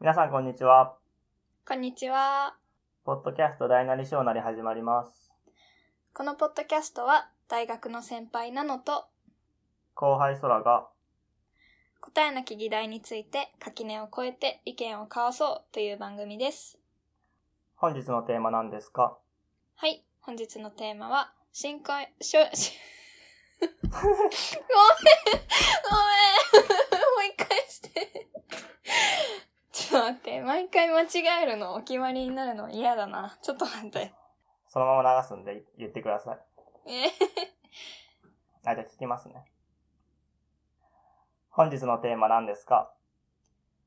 皆さんこんにちは。こんにちは。ポッドキャスト大なり小なり始まります。このポッドキャストは大学の先輩なのと後輩空が答えなき議題について垣根を越えて意見を交わそうという番組です。本日のテーマなんですかはい、本日のテーマは新婚、しょ、し ごめん、ごめん、もう一回して。ちょっと待って、毎回間違えるの、お決まりになるの嫌だな。ちょっと待って。そのまま流すんで言ってください。えあ、じゃあ聞きますね。本日のテーマなんですか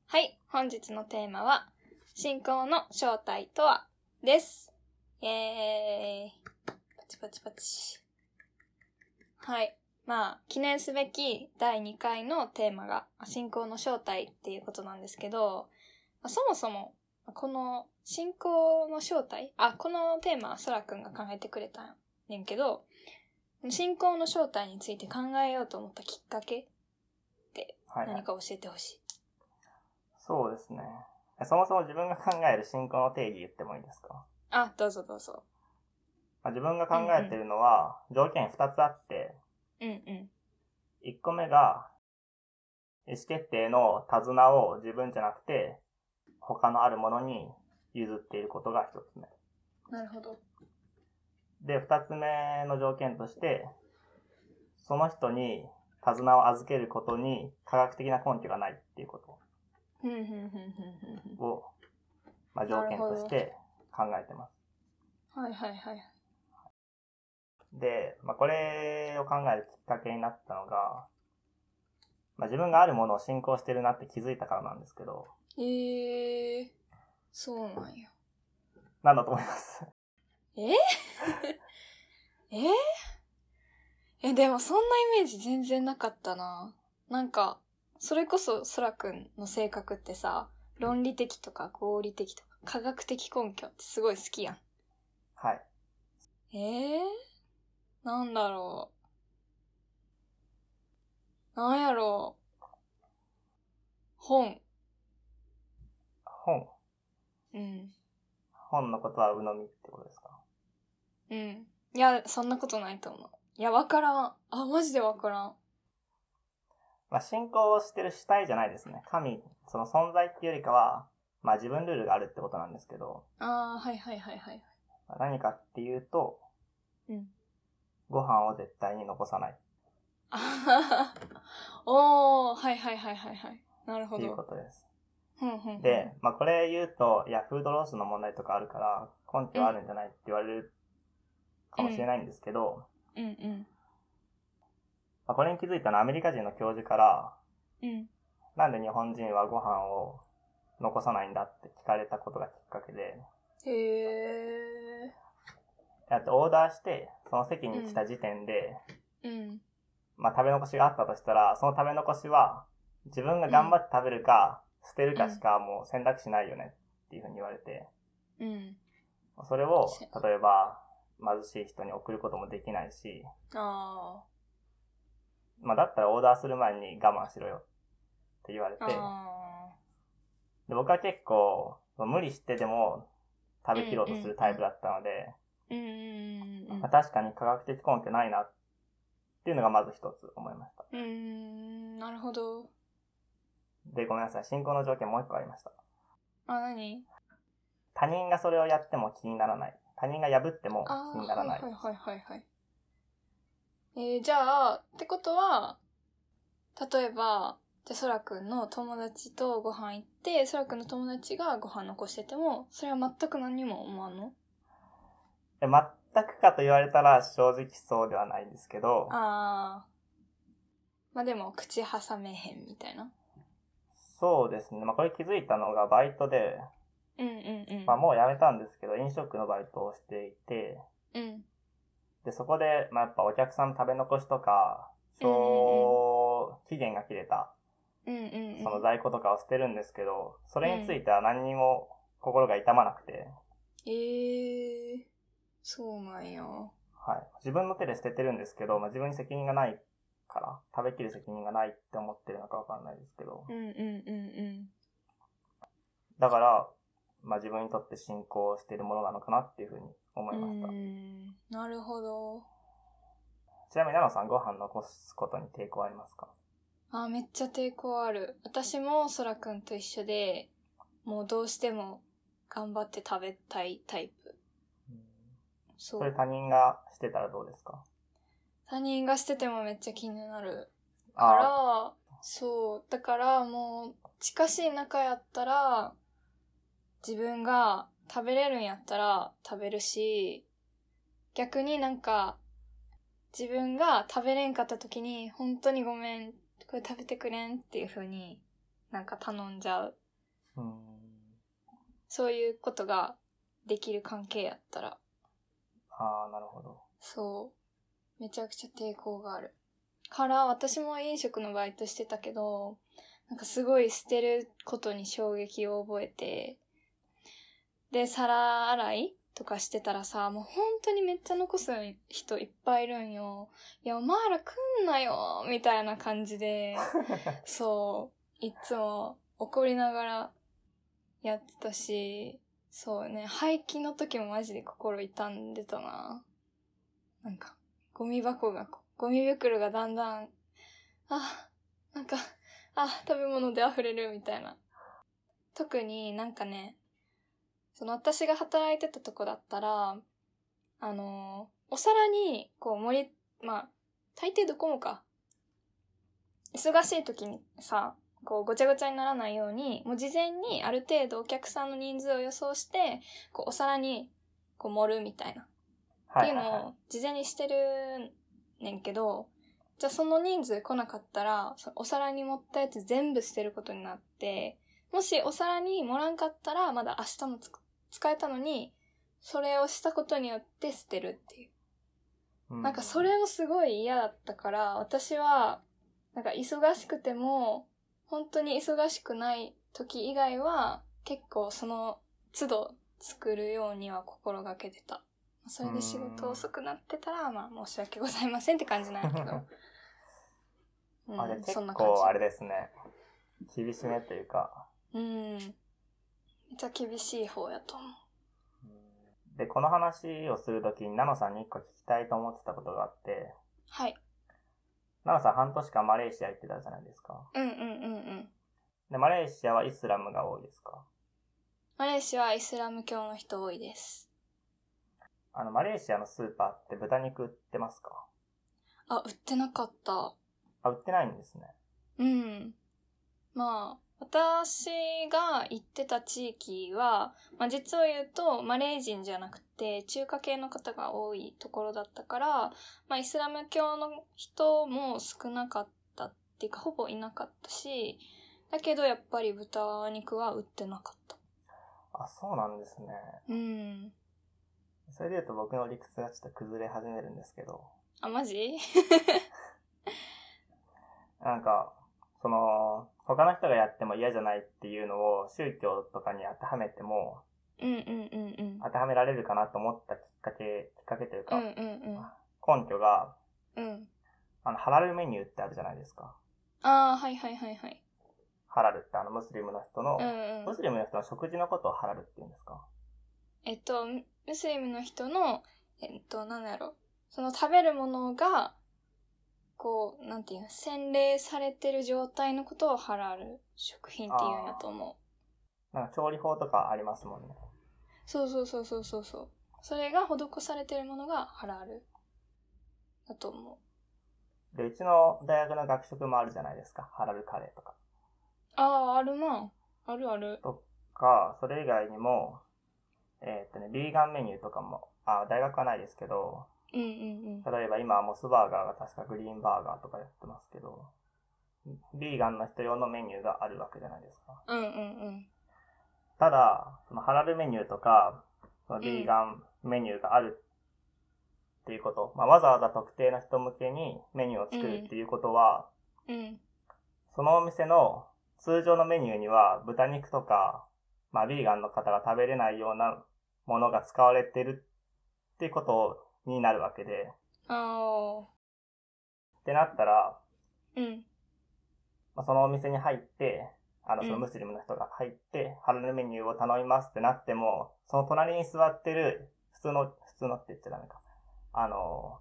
はい、本日のテーマは、信仰の正体とは、です。イェーイ。パチパチパチ。はい。まあ、記念すべき第2回のテーマが、まあ信仰の正体っていうことなんですけど、まあそもそも、まあこの信仰の正体あ、このテーマはそらくんが考えてくれたんねんけど、信仰の正体について考えようと思ったきっかけ、はい、何か教えてほしい。そうですね。そもそも自分が考える信仰の定義言ってもいいですか、あ、どうぞどうぞ。まあ、自分が考えてるのは条件2つあって、うんうん。 1個目が意思決定の手綱を自分じゃなくて他のあるものに譲っていることが1つ目。なるほど。で、二つ目の条件として、その人に手綱を預けることに科学的な根拠がないっていうこふんふんふんふんふんとを、まあ、条件として考えてます。ふん。はいはいはい。で、まあ、これを考えるきっかけになったのが、まあ、自分があるものを信仰してるなって気づいたからなんですけど、えー、そうなんや。なんだと思います。 えー、え、でもそんなイメージ全然なかったな。なんか、それこそそらくんの性格ってさ、論理的とか合理的とか科学的根拠ってすごい好きやん。はい。えー、なんだろう。なんやろう。本。本、うん。本のことは鵜呑みってことですかうん。いや、そんなことないと思う。いや、わからん。あ、マジでわからん。まあ、信仰をしてる主体じゃないですね。神、その存在っていうよりかは、まあ自分ルールがあるってことなんですけど、ああ、はいはいはいはい。まあ何かっていうと、うんご飯を絶対に残さないあはは おー、はいはいはいはいはい。なるっほていうこど。とです。ふんふんふんで、まあこれ言うと、いや、フードロスの問題とかあるから、根拠あるんじゃないって言われるかもしれないんですけど、うんうん。まあ、これに気づいたのはアメリカ人の教授から、うん。なんで日本人はご飯を残さないんだって聞かれたことがきっかけで、へえ。だってオーダーして、その席に来た時点で、うん。まあ、食べ残しがあったとしたら、その食べ残しは、自分が頑張って食べるか、捨てるかしかもう選択肢ないよねっていうふうに言われて、うん。それをそう、例えば、貧しい人に送ることもできないし、あまあ、だったらオーダーする前に我慢しろよって言われてあ。、あで僕は結構、無理してでも食べきろうとするタイプだったので、あ。うんうんうんまあ、確かに科学的根拠ないなっていうのがまず一つ思いました。うん。うん。なるほど。で、ごめんなさい。信仰の条件もう一個ありました。あ、なに他人がそれをやっても気にならない。他人が破ってもあ気にーならない。はいはいはいはいはい。えー、じゃあ、ってことは、例えば、じゃあ、そらくんの友達とご飯行って、そらくんの友達がご飯残してても、それは全く何も思わんのえ全くかと言われたら正直そうではないんですけど、あー。まあでも、口挟めへんみたいな。そうですね。まあこれ気づいたのがバイトで、うんうんうん。まあもう辞めたんですけど、飲食のバイトをしていて、うん。で、そこで、まあやっぱお客さんの食べ残しとか、うんうん賞期限が切れた、うんうんうん。その在庫とかを捨てるんですけど、それについては何にも心が痛まなくて、えー。そうなんや。はい。自分の手で捨ててるんですけど、まあ、自分に責任がないから、食べきる責任がないって思ってるのかわかんないですけどう、んうんうんうん。だから、まあ自分にとって信仰しているものなのかなっていうふうに思ういました。ん。なるほど。ちなみに、ナナさん、ご飯残すことに抵抗ありますかあー、めっちゃ抵抗ある。私もそらくんと一緒で、もうどうしても頑張って食べたいタイプ。そそれう。他人がしてたらどうですか他人がしててもめっちゃ気になる。かあら、そう。だからもう、近しい仲やったら、自分が食べれるんやったら食べるし、逆になんか、自分が食べれんかった時に、本当にごめん、これ食べてくれんっていう風になんか頼んじゃう。ーうんそういうことができる関係やったら、あー、なるほど。そう。めちゃくちゃ抵抗がある。から、私も飲食のバイトしてたけど、なんかすごい捨てることに衝撃を覚えて、で、皿洗いとかしてたらさ、もう本当にめっちゃ残す人いっぱいいるんよ。いや、お前ら来んなよみたいな感じで、そう。いつも怒りながらやってたし、そうね、廃棄の時もマジで心痛んでたな。なんか、ゴミ箱がこ、ゴミ袋がだんだん、あ、なんか、あ、食べ物で溢れるみたいな。特になんかね、その私が働いてたとこだったら、あのお皿に、こう盛り、まあ、大抵どこもか。忙しい時にさ、こうごちゃごちゃにならないように、もう事前にある程度お客さんの人数を予想して、こうお皿に、こう盛るみたいな。っはていいうはい、のはを事前にしてるねんけど、じゃあその人数来なかったら、そのお皿に盛ったやつ全部捨てることになって、もしお皿に盛らんかったら、まだ明日もつ使えたのに、それをしたことによって捨てるっていう。い。なんか それもすごい嫌だったから、私は、なんか忙しくても、本当に忙しくない時以外は、結構その都度作るようには心がけてた。それで仕事遅くなってたら、まあ申し訳ございませんって感じなんや けど。うあ、じゃあん、結そんな感じ構。あれですね。厳しめというか。うん。めっちゃ厳しい方やと思う。うんで、この話をするときに、ナノさんに一個聞きたいと思ってたことがあって、はい。ナノさん半年間マレーシア行ってたじゃないですか。うんうんうんうん。で、マレーシアはイスラムが多いですかマレーシアはイスラム教の人多いです。あの、マレーシアのスーパーって豚肉売ってますかあ、売ってなかった。あ、売ってないんですね。うん。まあ、私が行ってた地域は、まあ実を言うと、マレー人じゃなくて、中華系の方が多いところだったから、まあイスラム教の人も少なかったっていうか、ほぼいなかったし、だけどやっぱり豚肉は売ってなかった。あ、そうなんですね。うん。それで言うと僕の理屈がちょっと崩れ始めるんですけど、あ、マジなんか、その、他の人がやっても嫌じゃないっていうのを宗教とかに当てはめても、うんうんうんうん。当てはめられるかなと思ったきっかけ、きっかけといううか、んうん根拠が、うん。うん。あの、ハラルメニューってあるじゃないですか。ああ、はいはいはいはい。ハラルってあの、ムスリムの人の、うんうムんス。リムの人の食事のことをハラルって言うんですかえっと、ムムスリムの人の、えっと、なんだろう。その食べるものが、こう、なんていうの、洗礼されてる状態のことをハラル食品っていうんやと思う。なんか調理法とかありますもんね。そうそうそうそうそうそう。それが施されてるものがハラルだと思う。で、うちの大学の学食もあるじゃないですか。ハラルカレーとか。ああ、あるな。あるある。か、それ以外にも、えーっとね、ビーガンメニューとかも、あ、大学はないですけど、うんうん例えば今はモスバーガーが確かグリーンバーガーとかやってますけど、ビーガンの人用のメニューがあるわけじゃないですか。うん。うんうんただ、そのハラルメニューとか、そのビーガンメニューがあるっていうこと、まあ、わざわざ特定の人向けにメニューを作るっていうことは、うん。うん。そのお店の通常のメニューには豚肉とか、まあ、ビーガンの方が食べれないようなものが使われてるっていうことになるわけで、あってなったら、あ。うん。まあ、そのお店に入って、あの、そのうんムスリムの人が入って、ハラルメニューを頼みますってなっても、その隣に座ってる、普通の、普通のって言っちゃダメか。あの、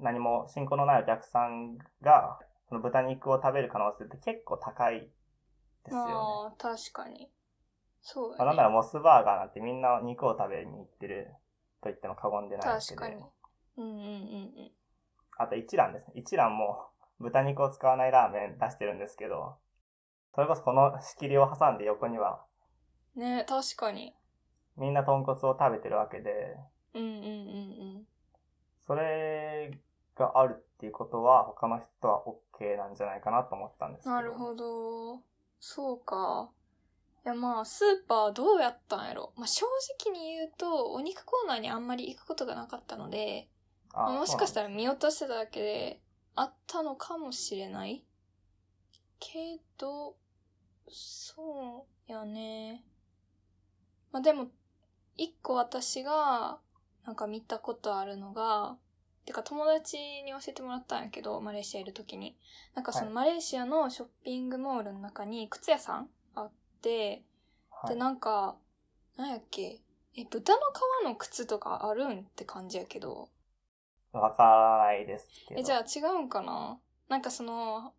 何も信仰のないお客さんが、その豚肉を食べる可能性って結構高いですよね。ああ、確かに。そうまあ、だなんならね。モスバーガーなんてみんな肉を食べに行ってると言っても過言でないです確けど。かに。うんうんうんあと一蘭ですね。一蘭も豚肉を使わないラーメン出してるんですけど、それこそこの仕切りを挟んで横にはうん。ね確かに。みんな豚骨を食べてるわけで、うんうんうんそれがあるっていうことは他の人は OK なんじゃないかなと思ったんですうけん。ど。なるほど。そうか。いやまあ、スーパーどうやったんやろ。まあ正直に言うと、お肉コーナーにあんまり行くことがなかったので、あ。もしかしたらそう見落としてただけで、あったのかもしれない。けど、そうやね。まあでも、一個私が、なんか見たことあるのが、てか友達に教えてもらったんやけど、マレーシアいる時に。なんかそのはいマレーシアのショッピングモールの中に靴屋さんあなんって、ですで、はいなんか、なんやっけ、え、豚の皮の靴とかあるんって感じやけど、わからないですけど。え、じゃあ違うんかななんかその、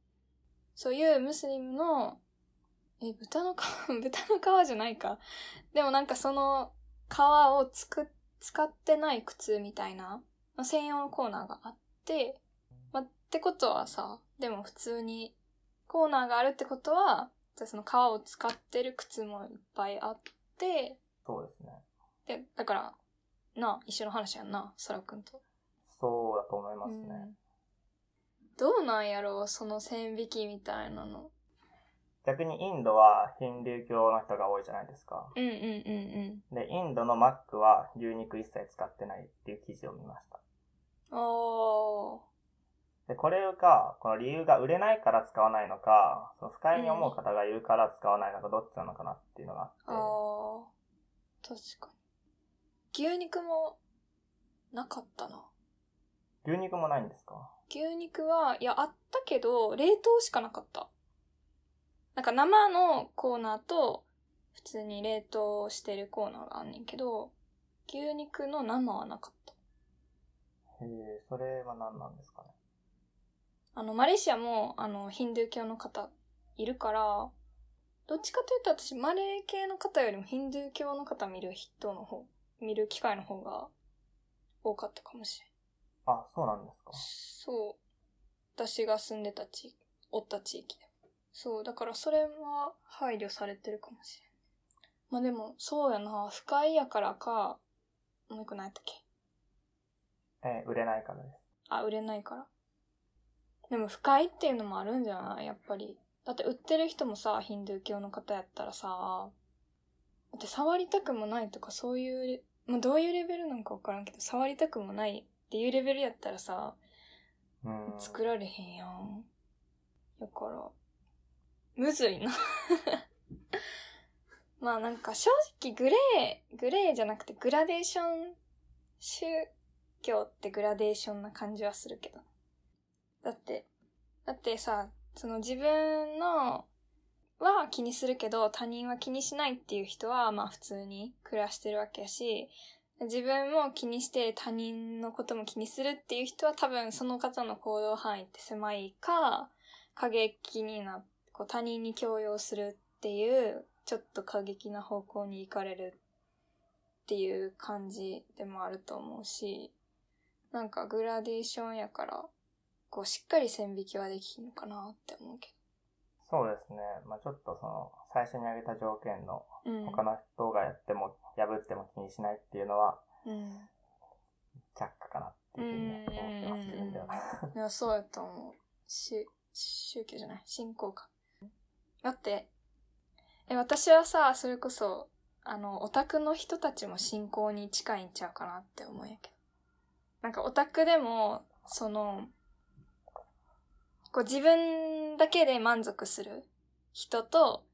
そういうムスリムの、え、豚の皮、 豚の皮じゃないか。でもなんかその皮をつく、使ってない靴みたいな、まあ専用のコーナーがあって、まあ、ってことはさ、でも普通にコーナーがあるってことは、じゃあその皮を使ってる靴もいっぱいあって、そうですね。で、だから、なあ、一緒の話やんな、サラくんと。そうだと思いますね。どうなんやろうその線引きみたいなの。逆にインドはヒンドゥー教の人が多いじゃないですか。うんうんうんで、インドのマックは牛肉一切使ってないっていう記事を見ました。うん。おで、これが、この理由が売れないから使わないのか、その不快に思う方がいるから使わないのか、どっちなのかなっていうのがー。あっあー。確かに。牛肉もなかったな。て、牛肉もないんですか牛肉は、いや、あったけど、冷凍しかなかった。なんか生のコーナーと、普通に冷凍してるコーナーがあんねんけど、牛肉の生はなかった。へえ、それは何なんですかね。あの、マレーシアも、あの、ヒンドゥー教の方いるから、どっちかというと私、マレー系の方よりもヒンドゥー教の方見る人の方、見る機会の方が多かったかもしれん。あ、そうなんですか。そう。私が住んでた地域、おった地域でも。そう、だからそれは配慮されてるかもしれん。まあでも、そうやな、不快やからか、もう一個何やったっけえー売れないからです。あ、売れないから。でも不快っていうのもあるんじゃないやっぱり。だって売ってる人もさ、ヒンドゥー教の方やったらさ、だって触りたくもないとかそういうレ、まあ、どういうレベルなんかわからんけど、触りたくもないっていうレベルやったらさ、うん。作られへんやん。だから、むずいな。 まあなんか正直グレー、グレーじゃなくてグラデーション、宗教ってグラデーションな感じはするけど。だって、だってさ、その自分のは気にするけど他人は気にしないっていう人はまあ普通に暮らしてるわけやし、自分も気にして他人のことも気にするっていう人は多分その方の行動範囲って狭いか、過激にな、こう他人に強要するっていう、ちょっと過激な方向に行かれるっていう感じでもあると思うし、なんかグラデーションやから、こうしっかり線引きはできひんのかなって思うけそうですね。まあちょっとその、最初に挙げた条件の、ど。うん。他の人がやっても、破っても気にしないっていうのは、うん。却下かなっていうふうに思ってますけどね。いや、そうやと思う。し、宗教じゃない信仰か。だって、え、私はさ、それこそ、あの、オタクの人たちも信仰に近いんちゃうかなって思うんやけど。なんかオタクでも、その、こう自分だけで満足する人と、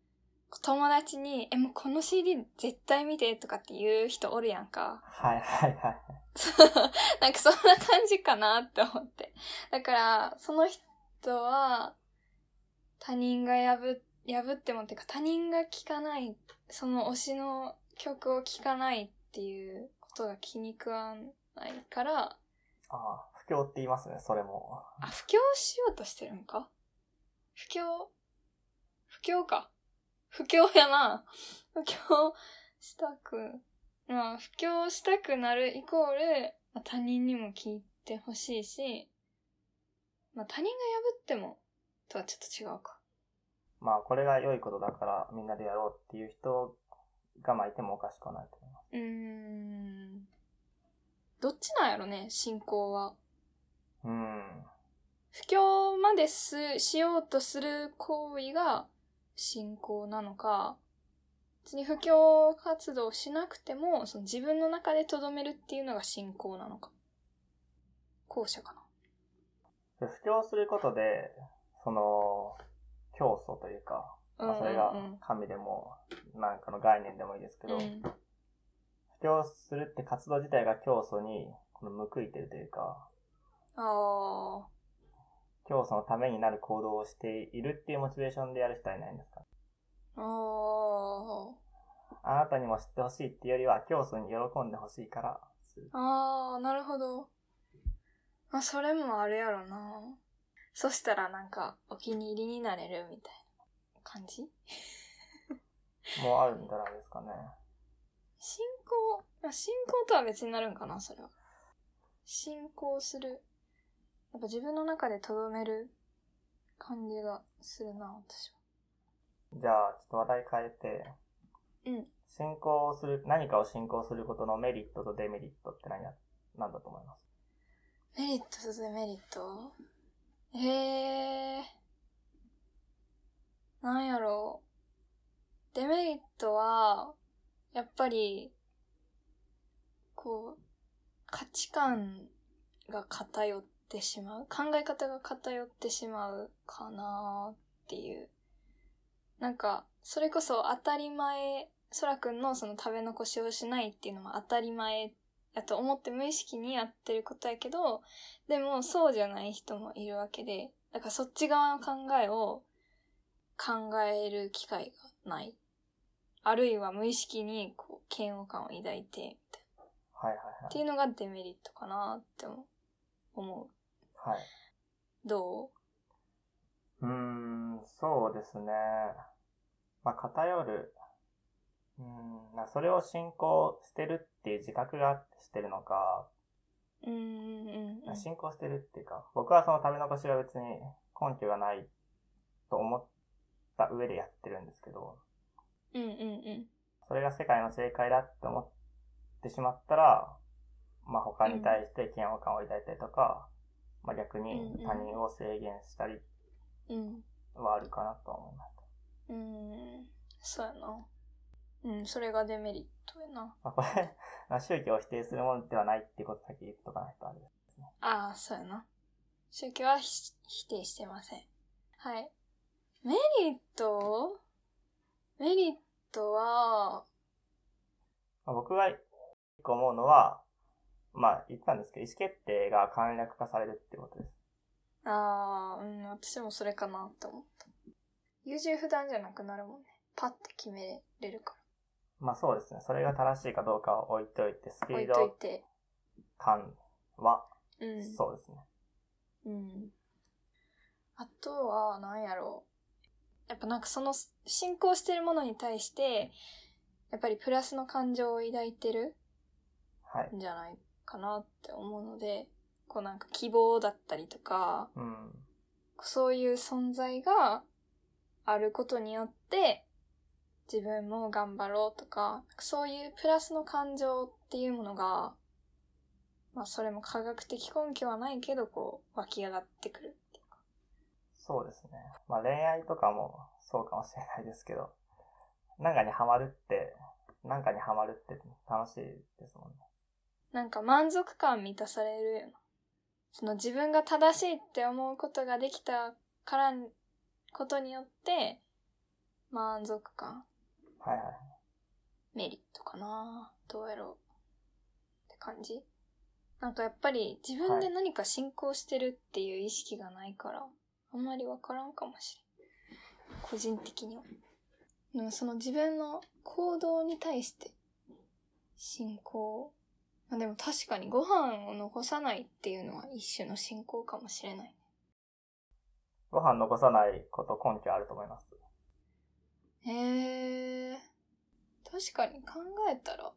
こう友達に、え、もうこの CD 絶対見てとかって言う人おるやんか。はいはいはい。 なんかそんな感じかなって思って。だから、その人は、他人が破っ破ってもっていうか他人が聴かない、その推しの曲を聴かないっていうことが気に食わないから、ああ、不況って言いますね、それも。あ、布教しようとしてるのか布教、布教か。布教やな。布教したく、まあ、布教したくなるイコール、まあ、他人にも聞いてほしいし、まあ、他人が破っても、とはちょっと違うか。まあ、これが良いことだからみんなでやろうっていう人がまあいてもおかしくはないと思います。うーん。どっちなんやろね、信仰は。うん。布教まです、しようとする行為が信仰なのか、別に布教活動をしなくても、その自分の中で留めるっていうのが信仰なのか。後者かな。で布教することで、その、教祖というか、まあ、それがうん神でも、なんかの概念でもいいですけうんど、布うん、教するって活動自体が教祖にこの報いてるというか、ああ、教祖のためになる行動をしているっていうモチベーションでやる人はいないんですかああ、あなたにも知ってほしいっていうよりは、教祖に喜んでほしいからする。ああ、なるほど。まあ、それもあるやろな。そしたらなんか、お気に入りになれるみたいな感じもうあるんじゃないですかね。信仰、あ信仰とは別になるんかな、それは。信仰する。やっぱ自分の中で留める感じがするな、私は。じゃあ、ちょっと話題変えて、うん。信仰する、何かを信仰することのメリットとデメリットって何や、なんだと思いますメリットとデメリットえー。なんやろう。デメリットは、やっぱり、こう、価値観が偏ってしまう。考え方が偏ってしまうかなっていう。なんか、それこそ当たり前、そらくんのその食べ残しをしないっていうのも当たり前やと思って無意識にやってることやけど、でもそうじゃない人もいるわけで、だからそっち側の考えを考える機会がない。あるいは無意識にこう嫌悪感を抱いてみたいな、はいはいっていうのがデメリットかなって思う思。はい。はいうどうーん、そうですね。まあ、偏る。うーん、まあそれを信仰してるっていう自覚がしてるのか、ううーんうんうん。信仰してるっていうか、僕はその食べ残しは別に根拠がないと思った上でやってるんですけど、うんうんうん。それが世界の正解だって思ってしまったら、まあ他に対して嫌悪感を抱いたりとか、まあ逆に他人を制限したりうんはあるかなとは思います。うーん、そうやな。うん、それがデメリットやな。まあこれ、 まあ宗教を否定するものではないっていうことだけ言っとかないとあれです。ああ、そうやな。宗教はひ否定してません。はい。メリットメリットは、まあ僕が一個思うのは、まあ言ったんですけど、意思決定が簡略化されるってことです。ああ、うん、私もそれかなって思った。優柔不断じゃなくなるもんね。パッて決めれるかまあそうですね。それが正しいかどうかを置いといて、スピら。置ーいといドて。感は、うん。そうですね。うん。あとは、なんやろう。やっぱなんかその信仰してるものに対して、やっぱりプラスの感情を抱いてるはい。んじゃないかなって思うので、こうなんか希望だったりとか、うん。そういう存在があることによって、自分も頑張ろうとか、そういうプラスの感情っていうものが、まあそれも科学的根拠はないけど、こう湧き上がってくる。そうですね。まあ恋愛とかもそうかもしれないですけど、なんかにハマるって、なんかにハマるって楽しいですもんね。なんか満足感満たされるよな。その自分が正しいって思うことができたからに、ことによって、満足感、はいはい。メリットかな。どうやろう。って感じなんかやっぱり自分で何か信仰してるっていう意識がないから、あんまりわからんかもし個人的には。でもその自分の行動に対して信仰。まあでも確かにご飯を残さないっていうのは一種の信仰かもしれない。ご飯残さないこと根拠あると思います。へえ。確かに考えたら、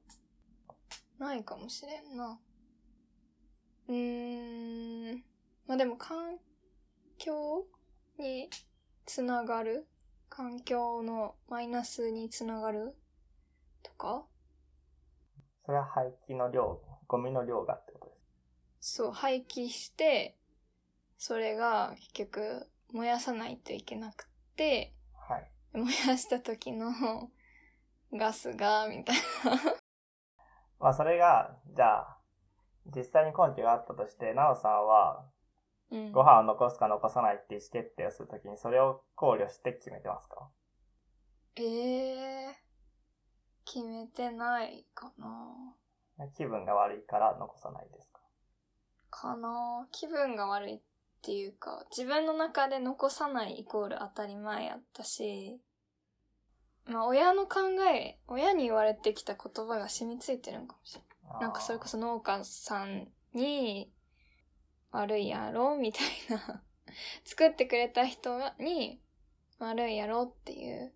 ないかもしれんな。うーん。まあでも環境につながる環境のマイナスにつながるとかそれは廃棄の量、ゴミの量がってことです。そう、廃棄して、それが結局燃やさないといけなくて、はい。燃やした時の ガスが、みたいな。まあそれが、じゃあ、実際に根拠があったとして、なおさんは、うんご飯を残すか残さないっていう意思決定をするときに、それを考慮して決めてますかええ決めてないかな。気分が悪いから残さないですかかな。気分が悪いっていうか、自分の中で残さないイコール当たり前やったし、まあ親の考え、親に言われてきた言葉が染みついてるのかもしれない。なんかそれこそ。そ農家さんに、悪いやろみたいな。 作ってくれた人がに、悪いやろっていう。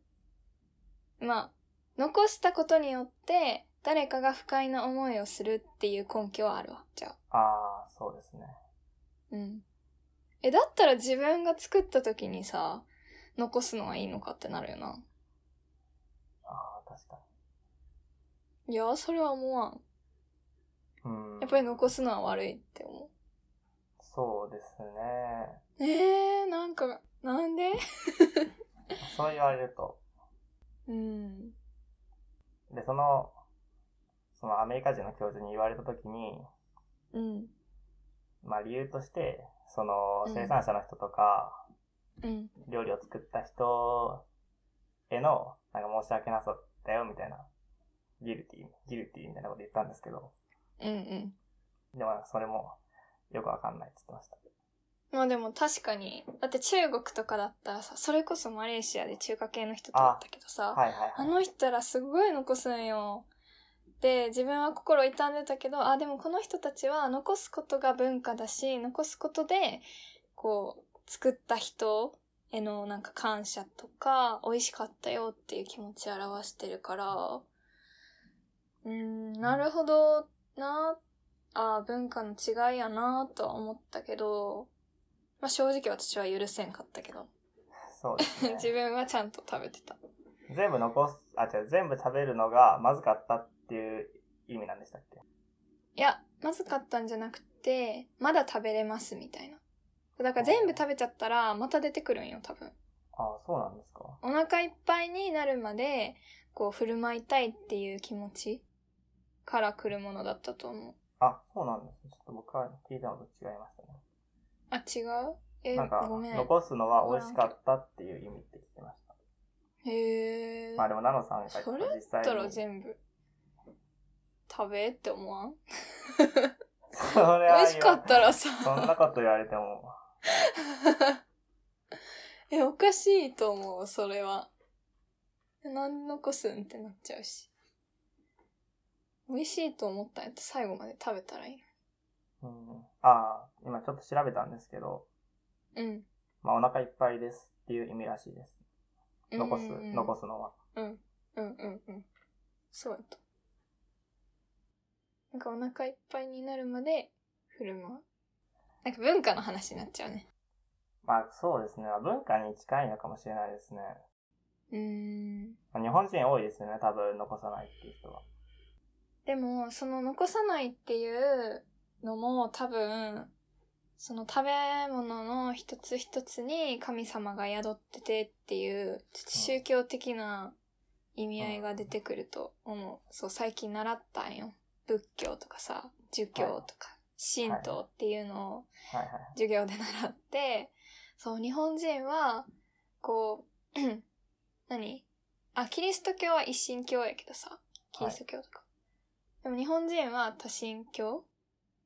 まあ、残したことによって、誰かが不快な思いをするっていう根拠はあるわ、じゃあ。ああ、そうですね。うん。え、だったら自分が作った時にさ、残すのはいいのかってなるよな。ああ、確かいや、それは思わん。に。うん。やっぱり残すのは悪いって思そうですね。う。えー、なんか、なんでそう言われると。うん。で、その、そのアメリカ人の教授に言われたときに、うん。まあ理由として、そのうん生産者の人とか、うん。料理を作った人への、なんか申し訳なさだよみたいな、ギルティ、ギルティみたいなこと言ったんですけど、うんうん。でもそれもよくわかんないって言ってました。まあでも確かに、だって中国とかだったらさ、それこそマレーシアで中華系の人とだったけどさ、はいはいあはい。の人らすごい残すんよ。で、自分は心痛んでたけど、あ、でもこの人たちは残すことが文化だし、残すことで、こう、作った人へのなんか感謝とか、美味しかったよっていう気持ちを表してるから、うーん、なるほどな、あ文化の違いやなとは思ったけど、まあ正直私は許せんかったけど、そうです 自ね。分はちゃんと食べてた。全部残す、あ、違う、全部食べるのがまずかったっていう意味なんでしたっけいや、まずかったんじゃなくて、まだ食べれますみたいな。だから全部食べちゃったら、また出てくるんよ、多分。ああ、そうなんですか。お腹いっぱいになるまで、こう、振る舞いたいっていう気持ちから来るものだったと思う。あ、そうなんですね。ちょっと僕は聞いたのと違いましたね。あ、違うえなんかごめ、ん。残すのは美味しかったっていう意味って聞きました。へえ。まあでも、ナノさんが言ったそれ実際だったらに。全部、食べって思わんそれは言わ美味しかったらさ、そんなこと言われても、 え、おかしいと思う、それは。何残すんってなっちゃうし。美味しいと思ったんやったら最後まで食べたらいいうん、ああ、今ちょっと調べたんですけど、の。まあお腹いっぱいですっていう意味らしいです。うん。残す、残す。すのは。うん。うんうんうん。そうやと。なんかお腹いっぱいになるまで振る舞う。なんか文化の話になっちゃうね。まあそうですね。まあ文化に近いのかもしれないですね。うーん。まあ日本人多いですよね。多分残さないっていう人は。でも、その残さないっていうのも多分、その食べ物の一つ一つに神様が宿っててっていう、ちょっと宗教的な意味合いが出てくると思う。そう、最近習ったんよ。仏教とかさ、儒教とか、神道っていうのをはいはい。授業で習って、そう、日本人は、こう、 何あ、キリスト教は一神教やけどさ、キリスト教とか。でも日本人は多神教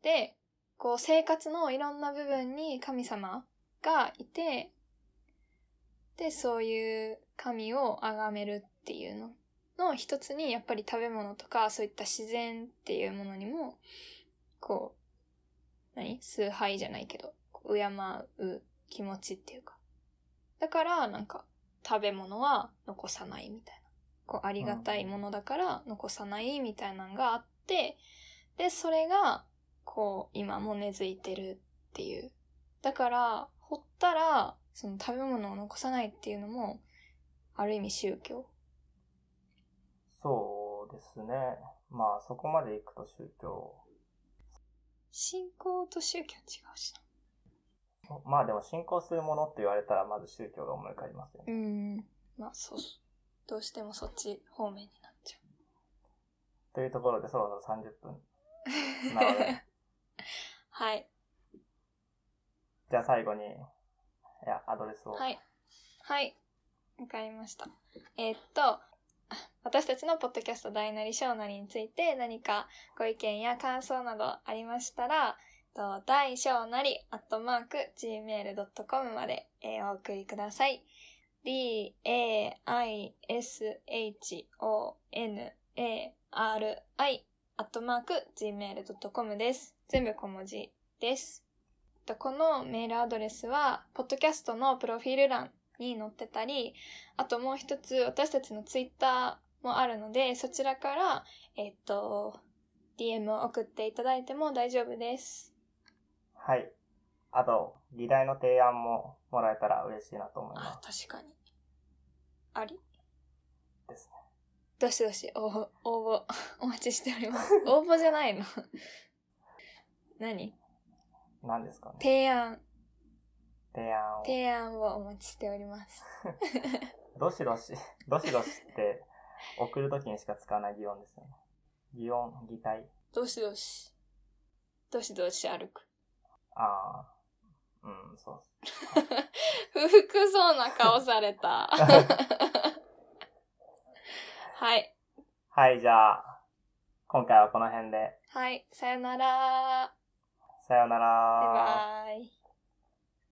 で、こう生活のいろんな部分に神様がいて、で、そういう神を崇めるっていうのの一つに、やっぱり食べ物とか、そういった自然っていうものにも、こう、何崇拝じゃないけど、敬う気持ちっていうか。だから、なんか、食べ物は残さないみたいな。こう、ありがたいものだから残さないみたいなのがあって、で、それが、こう、今も根付いてるっていう。だから、ほったら、その食べ物を残さないっていうのも、ある意味宗教。そうですね。まあ、そこまで行くと宗教。信仰と宗教は違うしな。まあでも信仰するものって言われたらまず宗教が思い浮かびますようね。ん。まあ、そう。どうしてもそっち方面になっちゃというところでそろそろ30分。う。なるほど はい。じゃあ最後に、いや、アドレスを。はい。はい。わかりました。えーっと、あ私たちのポッドキャスト大なり小なりについて何かご意見や感想などありましたら、えっと大小なり、アットマーク、gmail.com まで、えーお送りください。d, a, i, s, h, o, n, a, r, i, アットマーク、gmail.com です。全部小文字です。えっとこのメールアドレスは、ポッドキャストのプロフィール欄に載ってたり、あともう一つ、私たちのツイッターもあるので、そちらから、えっと、DM を送っていただいても大丈夫です。はい。あと、議題の提案ももらえたら嬉しいなと思いまあ、す。確かに。ありですね。どしどし応募、応募、 お待ちしており ます。応募じゃないの。 何何ですかね。提案、提案を。提案をお待ちしております。どしどし、 どしどしって送るときにしか使わない擬音ですよね。擬音、擬態。どしどし。どしどし歩く。ああ、うん、そうです。不服そうな顔された。はい。はい、じゃあ、今回はこの辺で、はい。さよなら。さようなら。バイバイ。